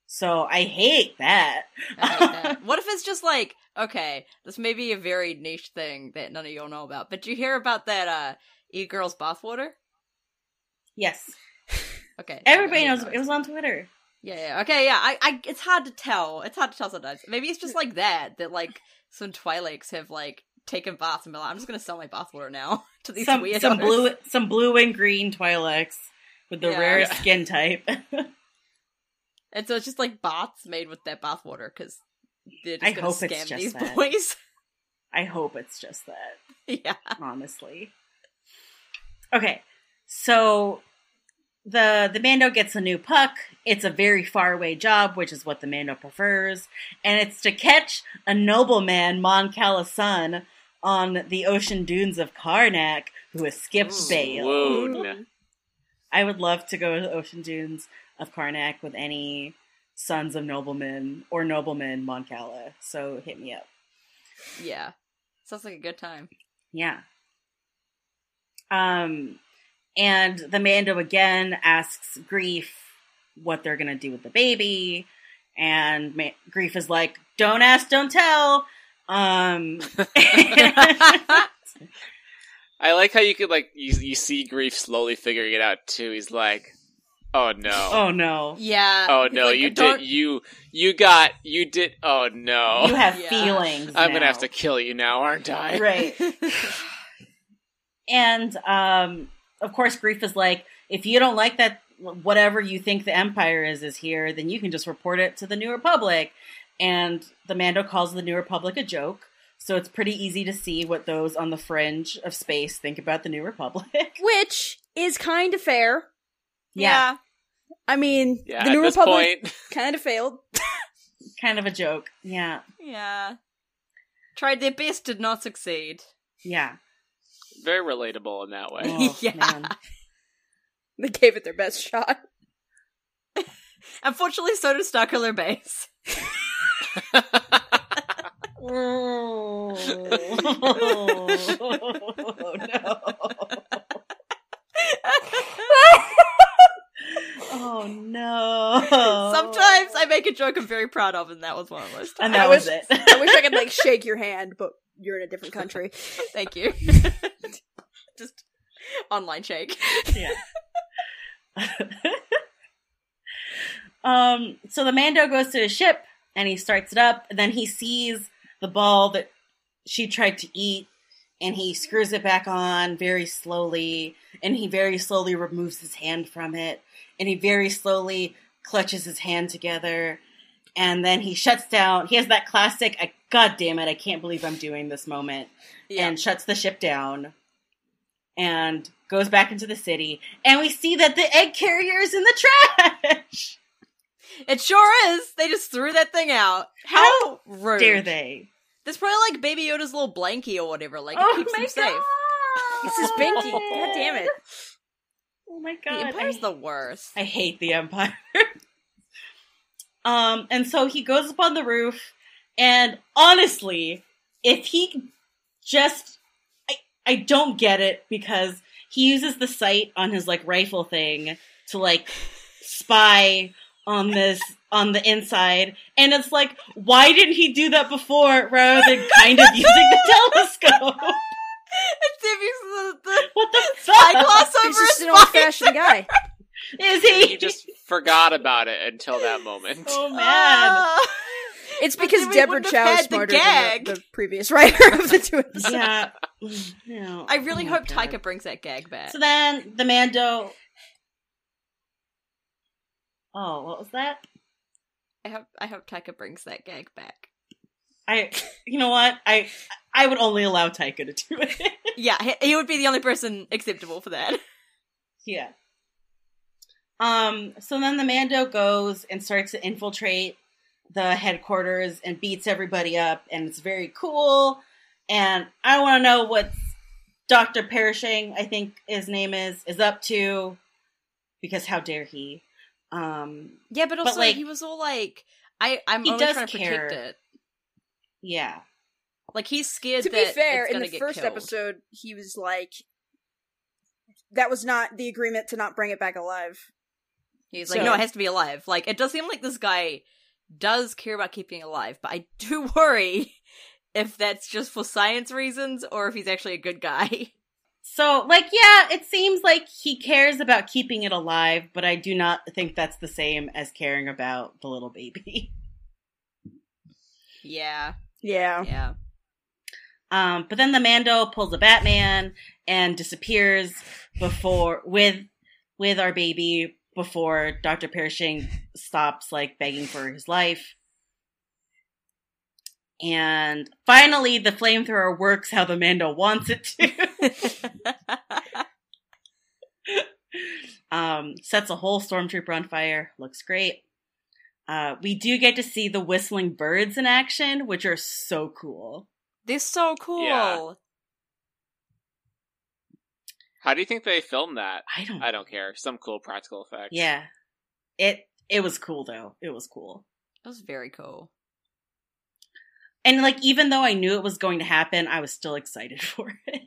A: So I hate that.
D: I hate that. What if it's just like, okay, this may be a very niche thing that none of y'all know about, but you hear about that uh e girls bathwater?
A: Yes.
D: Okay.
A: Everybody
D: okay,
A: knows it was on Twitter.
D: Yeah, yeah. Okay, yeah. I, I it's hard to tell. It's hard to tell sometimes. Maybe it's just like that, that like some Twilights have like taken baths and been like, I'm just gonna sell my bathwater now to these
A: some
D: weirdos.
A: some blue some blue and green Twi'leks with the
D: Yeah.
A: rare skin type.
D: And so it's just like baths made with their bathwater because they're just
A: I
D: gonna
A: hope
D: scam
A: it's just
D: these
A: that.
D: boys.
A: I hope it's just that,
D: yeah.
A: honestly. Okay. So the the Mando gets a new puck. It's a very faraway job, which is what the Mando prefers, and it's to catch a nobleman, Mon Calasun, on the ocean dunes of Karnak, who has skipped
B: Mm.
D: Ooh.
A: bail.
B: Swoon.
A: I would love to go to the ocean dunes of Karnak with any sons of noblemen or noblemen Moncala. So hit me up.
D: Yeah. Sounds like a good time.
A: Yeah. Um, and the Mando again asks Grief what they're gonna do with the baby, and Ma- Grief is like, "Don't ask, don't tell." Um,
B: I like how you could like you, you see grief slowly figuring it out too. He's like, "Oh no,
A: oh no,
D: yeah.
B: oh
D: He's
B: no,
D: like,
B: you
D: "Don't-
B: did you you got you did. Oh no,
A: you have
D: Yeah.
A: feelings.
B: I'm gonna
A: now."
B: have to kill you now, aren't I?"
A: right. And um, of course, grief is like, if you don't like that, whatever you think the Empire is is here, then you can just report it to the New Republic. And the Mando calls the New Republic a joke. So it's pretty easy to see what those on the fringe of space think about the New Republic.
C: Which is kind of fair.
A: yeah,
C: I mean,
B: Yeah,
C: the
B: at
C: New
B: this
C: Republic
B: point,
C: kind of failed.
A: kind of a joke. Yeah,
D: Yeah. Tried their best, did not succeed.
A: yeah.
B: very relatable in that way.
A: Oh,
D: Yeah.
A: man.
C: They gave it their best shot.
D: Unfortunately, so did Starkiller Base.
A: Oh. Oh, no. Oh no.
D: Sometimes I make a joke I'm very proud of, and that was one of those.
A: and
D: Times.
A: that
C: I
A: was
C: wish-
A: it.
C: I wish I could like shake your hand, but you're in a different country.
D: Thank you. Just online shake.
A: um, so the Mando goes to his ship and he starts it up. And then he sees the ball that she tried to eat, and he screws it back on very slowly. And he very slowly removes his hand from it, and he very slowly clutches his hand together. And then he shuts down. He has that classic, I, God damn it, I can't believe I'm doing this moment and shuts the ship down and goes back into the city and we see that the egg carrier is in the trash
D: it sure is. They just threw that thing out.
A: How
D: rude!
A: Oh, dare they
D: That's probably like Baby Yoda's little blankie or whatever. Like
A: oh
D: it keeps
A: my
D: him safe.
A: god
C: This is Binky. God damn it.
A: oh my
D: The
A: god
D: Empire's
A: I-
D: the worst.
A: I hate the Empire. um, and so he goes up on the roof, and honestly, if he just, I, I don't get it because he uses the sight on his like rifle thing to like spy on this on the inside, and it's like, why didn't he do that before rather than kind of using the telescope?
D: It's him using the, the
A: what the fuck
D: eyeglass
C: He's
D: over
C: just
D: his
C: an
D: spine.
C: old-fashioned guy.
A: is
B: you
A: he?
B: just forgot about it until that moment.
A: oh man.
C: It's
D: But
C: because
D: then we
C: Deborah
D: wouldn't have
C: Chow
D: had
C: is
D: the
C: smarter
D: gag.
C: than the, the previous writer of the two episodes.
A: yeah. No.
D: I really
A: Oh my
D: hope
A: God.
D: Taika brings that gag back.
A: So then the Mando. Oh, what was that?
D: I hope I hope Taika brings that gag back.
A: I. You know what? I. I would only allow Taika to do it.
D: Yeah, he, he would be the only person acceptable for that.
A: yeah. Um. So then the Mando goes and starts to infiltrate the headquarters and beats everybody up, and it's very cool. And I want to know what Doctor Perishing, I think his name is, is up to, because how dare he? Um,
D: Yeah, but also
A: like-
D: he was all like, "I, I'm
A: He
D: only
A: does
D: trying to
A: care.
D: protect it."
A: yeah,
D: Like he's scared.
C: to be
D: that
C: fair,
D: it's
C: in
D: gonna
C: the
D: get
C: first
D: killed.
C: episode, he was like, "That was not the agreement to not bring it back alive."
D: he's like,
C: so-
D: "No, it has to be alive." Like it does seem like this guy does care about keeping it alive, but I do worry if that's just for science reasons or if he's actually a good guy.
A: So, like, yeah, it seems like he cares about keeping it alive, but I do not think that's the same as caring about the little baby.
D: yeah,
C: Yeah,
D: yeah.
A: Um, but then the Mando pulls a Batman and disappears before with with our baby before Doctor Perishing stops like begging for his life. And finally, the flamethrower works how the Mando wants it to. um, sets a whole stormtrooper on fire. Looks great. Uh, we do get to see the whistling birds in action, which are so cool.
D: They're so cool.
B: Yeah. How do you think they filmed that?
A: I don't.
B: I don't care. Some cool practical effects.
A: Yeah, it it was cool though. It was cool.
D: It was very cool.
A: And like, even though I knew it was going to happen, I was still excited for it.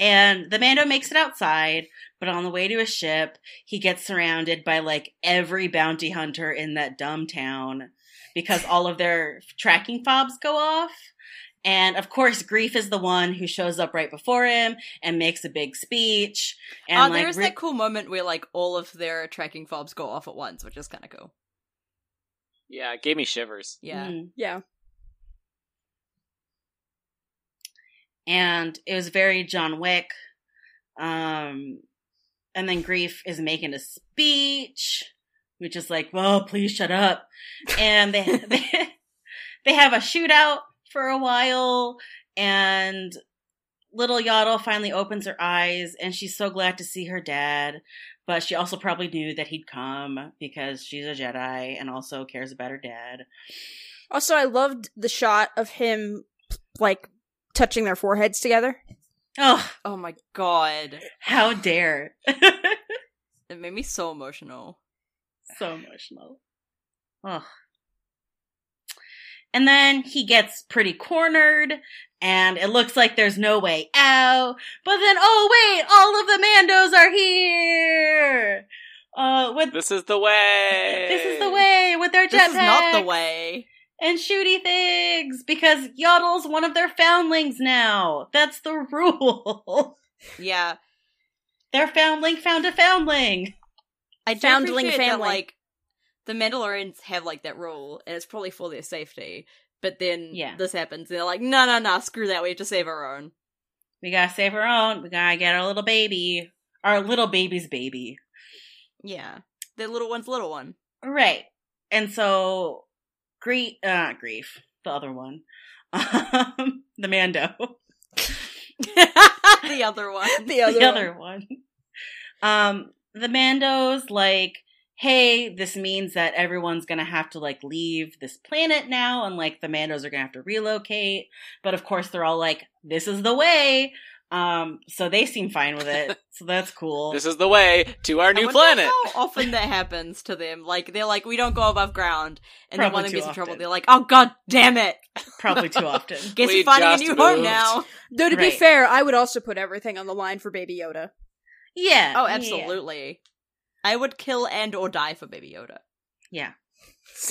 A: And the Mando makes it outside, but on the way to his ship, he gets surrounded by like every bounty hunter in that dumb town because all of their tracking fobs go off. And of course, Grief is the one who shows up right before him and makes a big speech. And
D: uh,
A: like,
D: there is
A: re-
D: that cool moment where like all of their tracking fobs go off at once, which is kind of cool.
B: Yeah, it gave me shivers.
D: Yeah,
A: Mm.
C: yeah.
A: and it was very John Wick. Um, and then Grief is making a speech, which is like, "Well, please shut up," and they they, they have a shootout for a while, and little Yaddle finally opens her eyes, and she's so glad to see her dad. But she also probably knew that he'd come because she's a Jedi and also cares about her dad.
C: Also, I loved the shot of him like touching their foreheads together.
A: Oh,
D: Oh my god,
A: how dare!
D: it made me so emotional.
A: so emotional. Ugh. And then he gets pretty cornered, and it looks like there's no way out. But then, oh wait, all of the Mandos are here. Uh, with
B: This is the way.
A: this is the way with their jetpacks
D: This is not the way.
A: and shooty things because Yodel's one of their foundlings now. That's the rule.
D: Yeah,
A: their foundling found a foundling.
D: I do
C: Foundling
D: appreciate that.
C: family.
D: Like the Mandalorians have like that rule, and it's probably for their safety. But then
A: Yeah.
D: this happens, and they're like, no, no, no, screw that. We have to save our own.
A: We gotta save our own. We gotta get our little baby, our little baby's baby.
D: Yeah, the little one's little one.
A: Right. And so grief uh grief, the other one. Um the Mando.
D: the other one.
C: The other,
A: the other one. Um the Mando's like, hey, this means that everyone's gonna have to like leave this planet now, and like the Mandos are gonna have to relocate. But of course they're all like, this is the way. Um, so they seem fine with it. so that's cool.
B: This is the way to our
D: I
B: new
D: wonder
B: planet.
D: How often that happens to them? Like they're like, we don't go above ground, and then
A: Probably
D: one of them
A: too
D: gets in trouble.
A: often.
D: They're like, oh god damn it!
A: Probably too often.
D: Guess
B: We
D: you're finding a
B: just
D: new home
B: moved.
D: now.
C: Though to be
A: Right.
C: fair, I would also put everything on the line for Baby Yoda.
A: Yeah.
D: Oh,
A: yeah.
D: absolutely. I would kill and or die for Baby Yoda.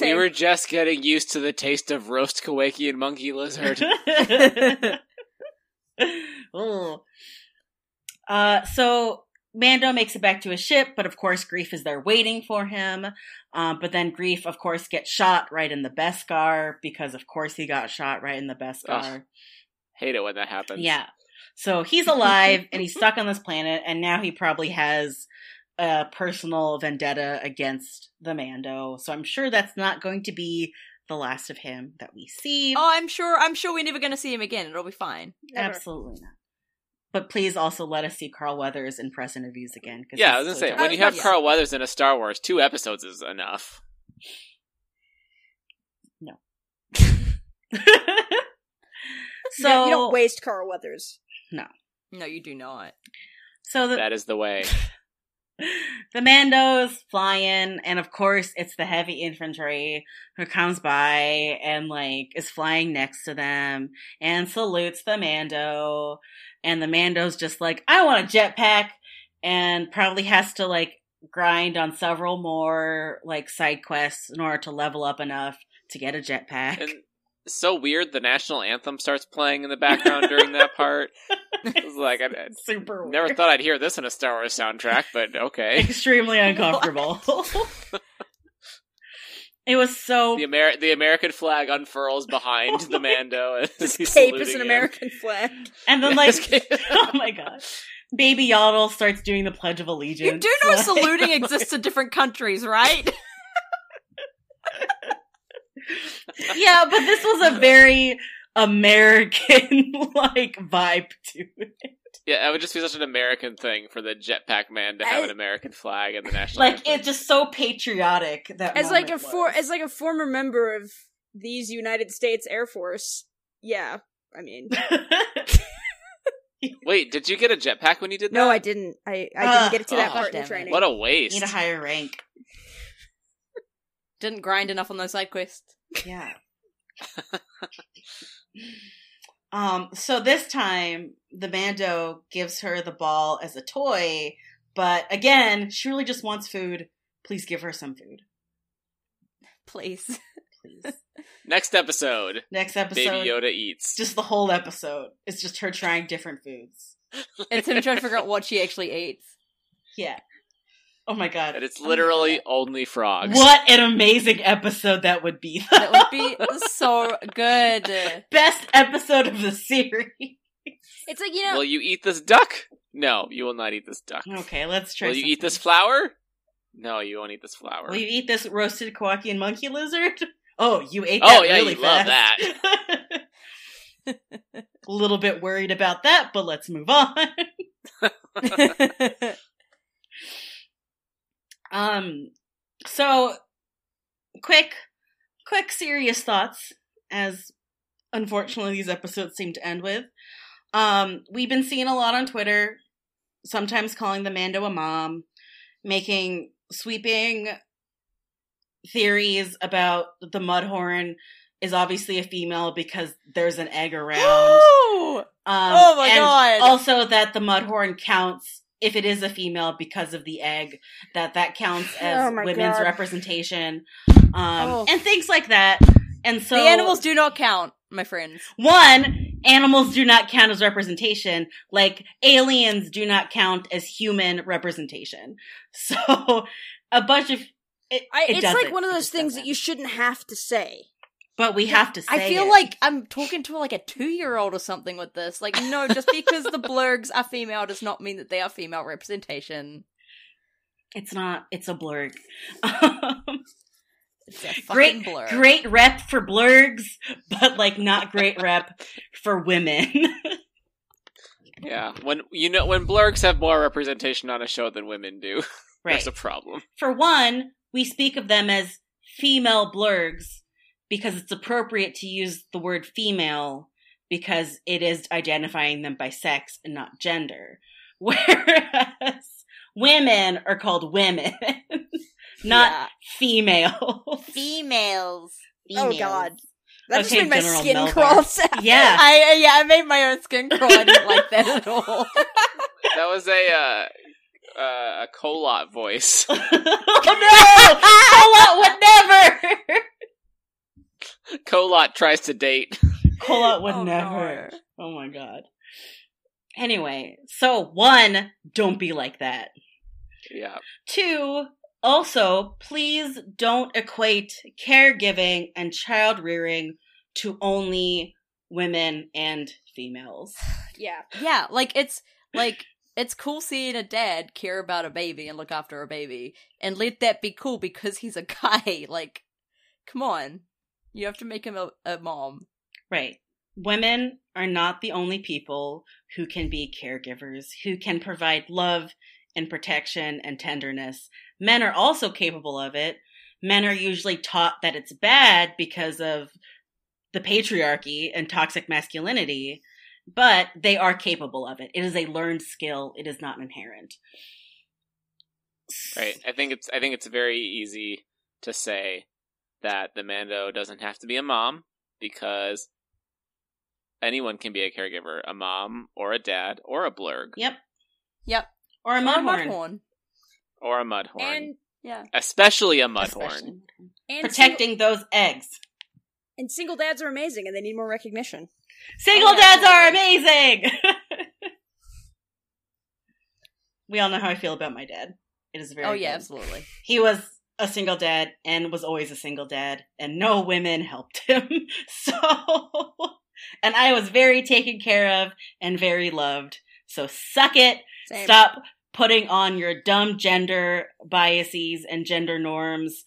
B: We were just getting used to the taste of roast Kowakian monkey lizard.
A: Ooh. Uh, so Mando makes it back to his ship, but of course Grief is there waiting for him. Um, but then Grief, of course, gets shot right in the Beskar because, of course, he got shot right in the Beskar.
B: Hate it when that happens.
A: Yeah. So he's alive and he's stuck on this planet, and now he probably has a personal vendetta against the Mando. So I'm sure that's not going to be the last of him that we see.
D: Oh, I'm sure. I'm sure we're never going to see him again. It'll be fine.
C: Never.
A: Absolutely not. But please also let us see Carl Weathers in press interviews again. 'cause
B: Yeah, I was
A: he's so
B: gonna say
A: dark.
B: when you have
D: yeah.
B: Carl Weathers in a Star Wars, two episodes is enough.
A: so
C: Yeah, you don't waste Carl Weathers.
D: No, you do not.
A: so the,
B: That is the way.
A: the Mandos flying, and of course it's the heavy infantry who comes by and like is flying next to them and salutes the Mando, and the Mando's just like, I want a jetpack, and probably has to like grind on several more like side quests in order to level up enough to get a jetpack.
B: And so weird. The national anthem starts playing in the background during that part. It was like I, I
A: Super weird.
B: never thought I'd hear this in a Star Wars soundtrack, but okay.
A: extremely uncomfortable. it was so
B: The Amer- the American flag unfurls behind the Mando as
C: His
B: he's
C: cape is
B: saluting
C: an
B: him.
C: American flag.
A: and then
B: Yeah,
A: like
B: his cape-
A: oh my god. Baby Yaddle starts doing the Pledge of Allegiance.
D: You do know
A: Like-
D: saluting exists in different countries, right?
A: Yeah, but this was a very American like vibe to it.
B: Yeah, it would just be such an American thing for the jetpack man to have
C: I-
B: an American flag and the national
A: Like
B: anthem.
A: it's just so patriotic that
C: as like a
A: moment
C: for
A: was.
C: as like a former member of these United States Air Force. Yeah, I mean,
B: Wait, did you get a jetpack when you did that?
C: no, I didn't. I I
A: Ah,
C: didn't get to that
B: oh,
C: part in
D: damn
C: the
D: it.
C: training.
B: What a waste.
A: need a higher rank.
D: Didn't grind enough on those side quests.
A: Yeah. um, so this time the Mando gives her the ball as a toy, but again, she really just wants food. Please give her some food.
D: Please.
A: Please.
B: Next episode,
A: Next episode.
B: Baby Yoda eats.
A: Just the whole episode. It's just her trying different foods.
D: It's him trying to figure out what she actually eats.
A: Yeah. Oh my god.
B: and it's literally only frogs.
A: What an amazing episode that would be.
D: That would be so good.
A: Best episode of the series.
C: It's like you know,
B: Will you eat this duck? No, you will not eat this duck.
A: Okay, let's try
B: Will you eat
A: something.
B: this flower? No, you won't eat this flower.
A: Will you eat this roasted Kowakian monkey lizard? Oh, you ate that
B: Oh, yeah,
A: really
B: you love
A: fast. that. A little bit worried about that, but let's move on. Um, so quick, quick, serious thoughts. As unfortunately, these episodes seem to end with. Um, we've been seeing a lot on Twitter, sometimes calling the Mando a mom, making sweeping theories about the Mudhorn is obviously a female because there's an egg around.
D: Ooh!
A: Um,
D: Oh my
A: and
D: God.
A: Also, that the mudhorn counts if it is a female because of the egg. That that counts as
C: Oh my
A: women's
C: God.
A: representation, um,
D: Oh.
A: and things like that. And so,
D: the animals do not count, my friends.
A: one animals do not count as representation, like aliens do not count as human representation. So, a bunch of it,
C: I,
A: it
C: it's
A: doesn't.
C: like one of
A: It
C: those
A: just
C: things
A: doesn't.
C: that you shouldn't have to say.
A: But we have to. Say
D: I feel
A: it.
D: like I'm talking to like a two year old or something with this. Like, no, just because the blurgs are female does not mean that they are female representation.
A: it's not. It's a blurg.
D: It's a fucking
A: Great-
D: blurg.
A: great rep for blurgs, but like not great rep for women.
B: Yeah, when you know when blurgs have more representation on a show than women do,
A: right.
B: there's a problem.
A: For one, we speak of them as female blurgs because it's appropriate to use the word female because it is identifying them by sex and not gender. Whereas women are called women, not
D: Yeah.
A: female.
D: females.
C: Oh God, that just
A: Okay,
C: made my
A: General
C: skin
A: Melbar.
C: crawl. Sad.
A: Yeah.
D: I yeah, I made my own skin crawl. I didn't like that at all.
B: That was a uh, uh, a colot voice.
A: oh no! Colot would never!
B: colot tries to date.
A: Colot would
D: Oh,
A: never.
D: no.
A: Oh my god. Anyway, so one, don't be like that.
B: Yeah,
A: Two, also, please don't equate caregiving and child rearing to only women and females.
C: yeah.
D: Yeah, like it's like it's cool seeing a dad care about a baby and look after a baby, and let that be cool because he's a guy. Like, come on, you have to make him a, a mom.
A: Right. women are not the only people who can be caregivers, who can provide love and protection and tenderness. Men are also capable of it. Men are usually taught that it's bad because of the patriarchy and toxic masculinity, but they are capable of it. It is a learned skill, it is not inherent.
B: Right. I think it's I think it's very easy to say that the Mando doesn't have to be a mom because anyone can be a caregiver, a mom or a dad or a blurg
A: Yep.
D: Yep.
A: Or a
D: Or a
A: mudhorn.
D: mudhorn.
B: or a mudhorn,
C: And
D: Yeah.
B: especially a mudhorn.
A: Especially.
C: and single,
A: Protecting those eggs.
C: and single dads are amazing, and they need more recognition.
A: Single
D: Oh, yeah,
A: dads are amazing.
D: absolutely.
A: we all know how I feel about my dad. It is very.
D: Oh yeah,
A: good.
D: absolutely.
A: He was a single dad and was always a single dad, and no women helped him. So, and I was very taken care of and very loved. So suck it.
C: Same.
A: Stop putting on your dumb gender biases and gender norms,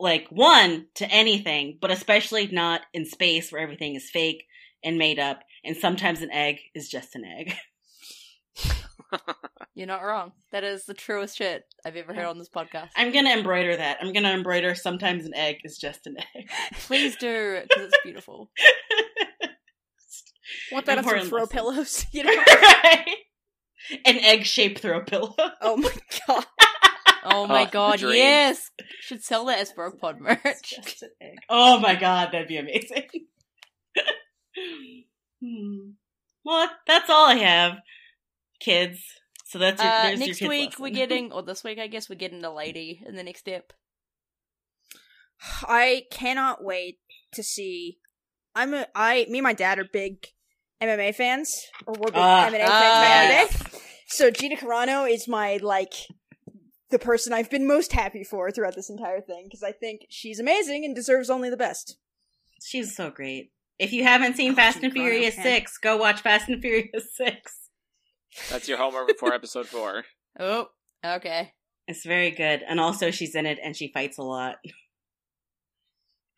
A: like one to anything, but especially not in space where everything is fake and made up, and sometimes an egg is just an egg.
D: You're not wrong. That is the truest shit I've ever heard on this podcast.
A: I'm gonna embroider that. I'm gonna embroider sometimes an egg is just an egg.
D: Please do, because it's beautiful.
C: Want that on some
A: Important
C: throw
A: lesson.
C: pillows? You know?
A: Right? An egg shaped throw pillow.
C: oh my god!
D: Oh
B: Oh,
D: my
B: the
D: god,
B: dream.
D: yes! Should sell that as Broke Pod
A: It's
D: merch.
A: just an egg. Oh my god, that'd be amazing. Hmm. Well, that- that's all I have, kids. So that's your,
D: Uh,
A: there's your
D: next
A: kids
D: week
A: lesson.
D: we're getting, or this week I guess we're getting a lady in the next step.
C: I cannot wait to see. I'm a, I me and my dad are big MMA fans, or we're big
A: Ah.
C: MMA
D: Ah.
C: fans back in the day. So Gina Carano is my like the person I've been most happy for throughout this entire thing because I think she's amazing and deserves only the best.
A: She's so great. If you haven't seen Fast
C: Oh, she's
A: and
C: grown
A: Furious
C: up, man.
A: Six, go watch Fast and Furious Six.
B: That's your homework before episode four.
D: Oh, okay.
A: It's very good, and also she's in it and she fights a lot.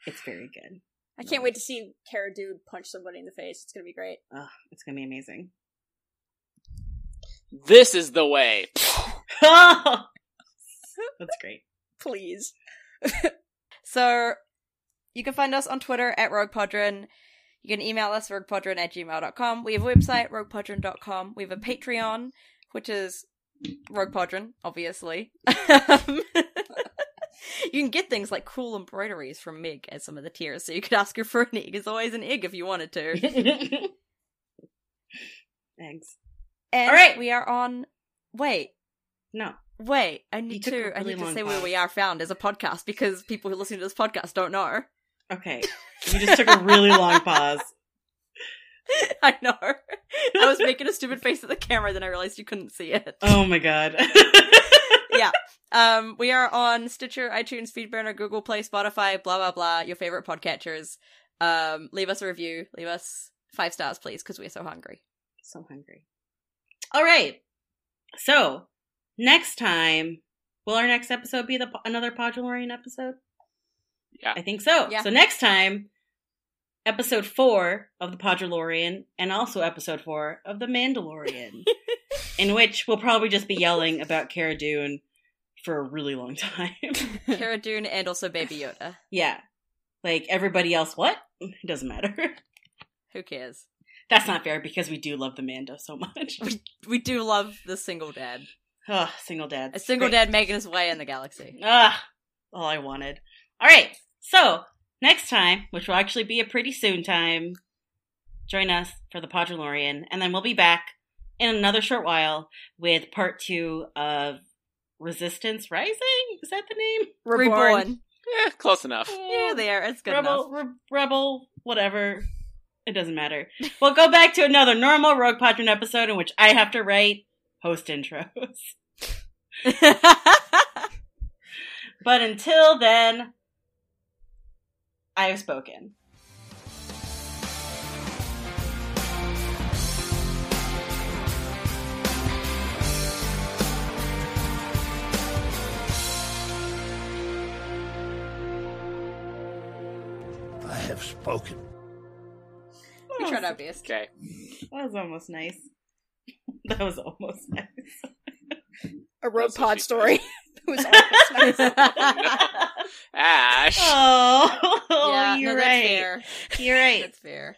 A: It's very good.
C: I can't wait to see Cara Dude punch somebody in the face. It's gonna be great.
A: Oh, it's gonna be amazing.
B: This is the way.
A: That's great.
C: Please.
D: So you can find us on Twitter at RoguePodron. You can email us roguepodron at gmail.com. We have a website, roguepodron.com. We have a Patreon, which is Rogue Podron, obviously. you can get things like cool embroideries from Meg as some of the tiers, so you could ask her for an egg. It's always an egg if you wanted to.
A: Thanks.
D: And
A: All right.
D: we are on wait.
A: No.
D: Wait, I need
A: took a
D: to. I
A: really
D: need to
A: long
D: say where
A: pause.
D: we are found as a podcast because people who listen to this podcast don't know.
A: Okay. You just took a really long pause.
D: I know. I was making a stupid face at the camera, then I realized you couldn't see it.
A: Oh my god.
D: Um, we are on Stitcher, iTunes, Feedburner, Google Play, Spotify, blah blah blah. Your favorite podcatchers. Um, leave us a review. Leave us five stars, please, because we're so hungry.
A: so hungry. All right. So next time, will our next episode be the another Podularian episode?
B: Yeah.
A: I think so.
D: Yeah.
A: So next time, episode four of the Podularian, and also episode four of the Mandalorian, in which we'll probably just be yelling about Cara Dune for a really long time.
D: Cara Dune and also Baby Yoda.
A: yeah, like everybody else, what? It doesn't matter.
D: Who cares?
A: That's not fair because we do love the Mando so much.
D: We do love the single dad.
A: Ugh, single dad.
D: A single dad making his way in the galaxy.
A: Ah, all I wanted. All right. So next time, which will actually be a pretty soon time, join us for the Podrelorian, and then we'll be back in another short while with part two of Resistance Rising. Is that the name?
D: Reborn.
B: Eh, close enough.
D: Yeah, there. It's good
A: rebel,
D: enough.
A: re- rebel, whatever. It doesn't matter. We'll go back to another normal Rogue Podron episode in which I have to write host intros. But until then, I have spoken.
E: I have spoken.
D: We tried our best.
B: Okay.
A: That was almost nice. that was almost nice.
C: A road
B: That's what
C: pod
B: she
C: story. it was almost nice.
B: Ash.
A: Oh,
D: yeah,
A: you're
D: no, that's
A: right.
D: fair.
A: You're Oh, right.
D: That's fair.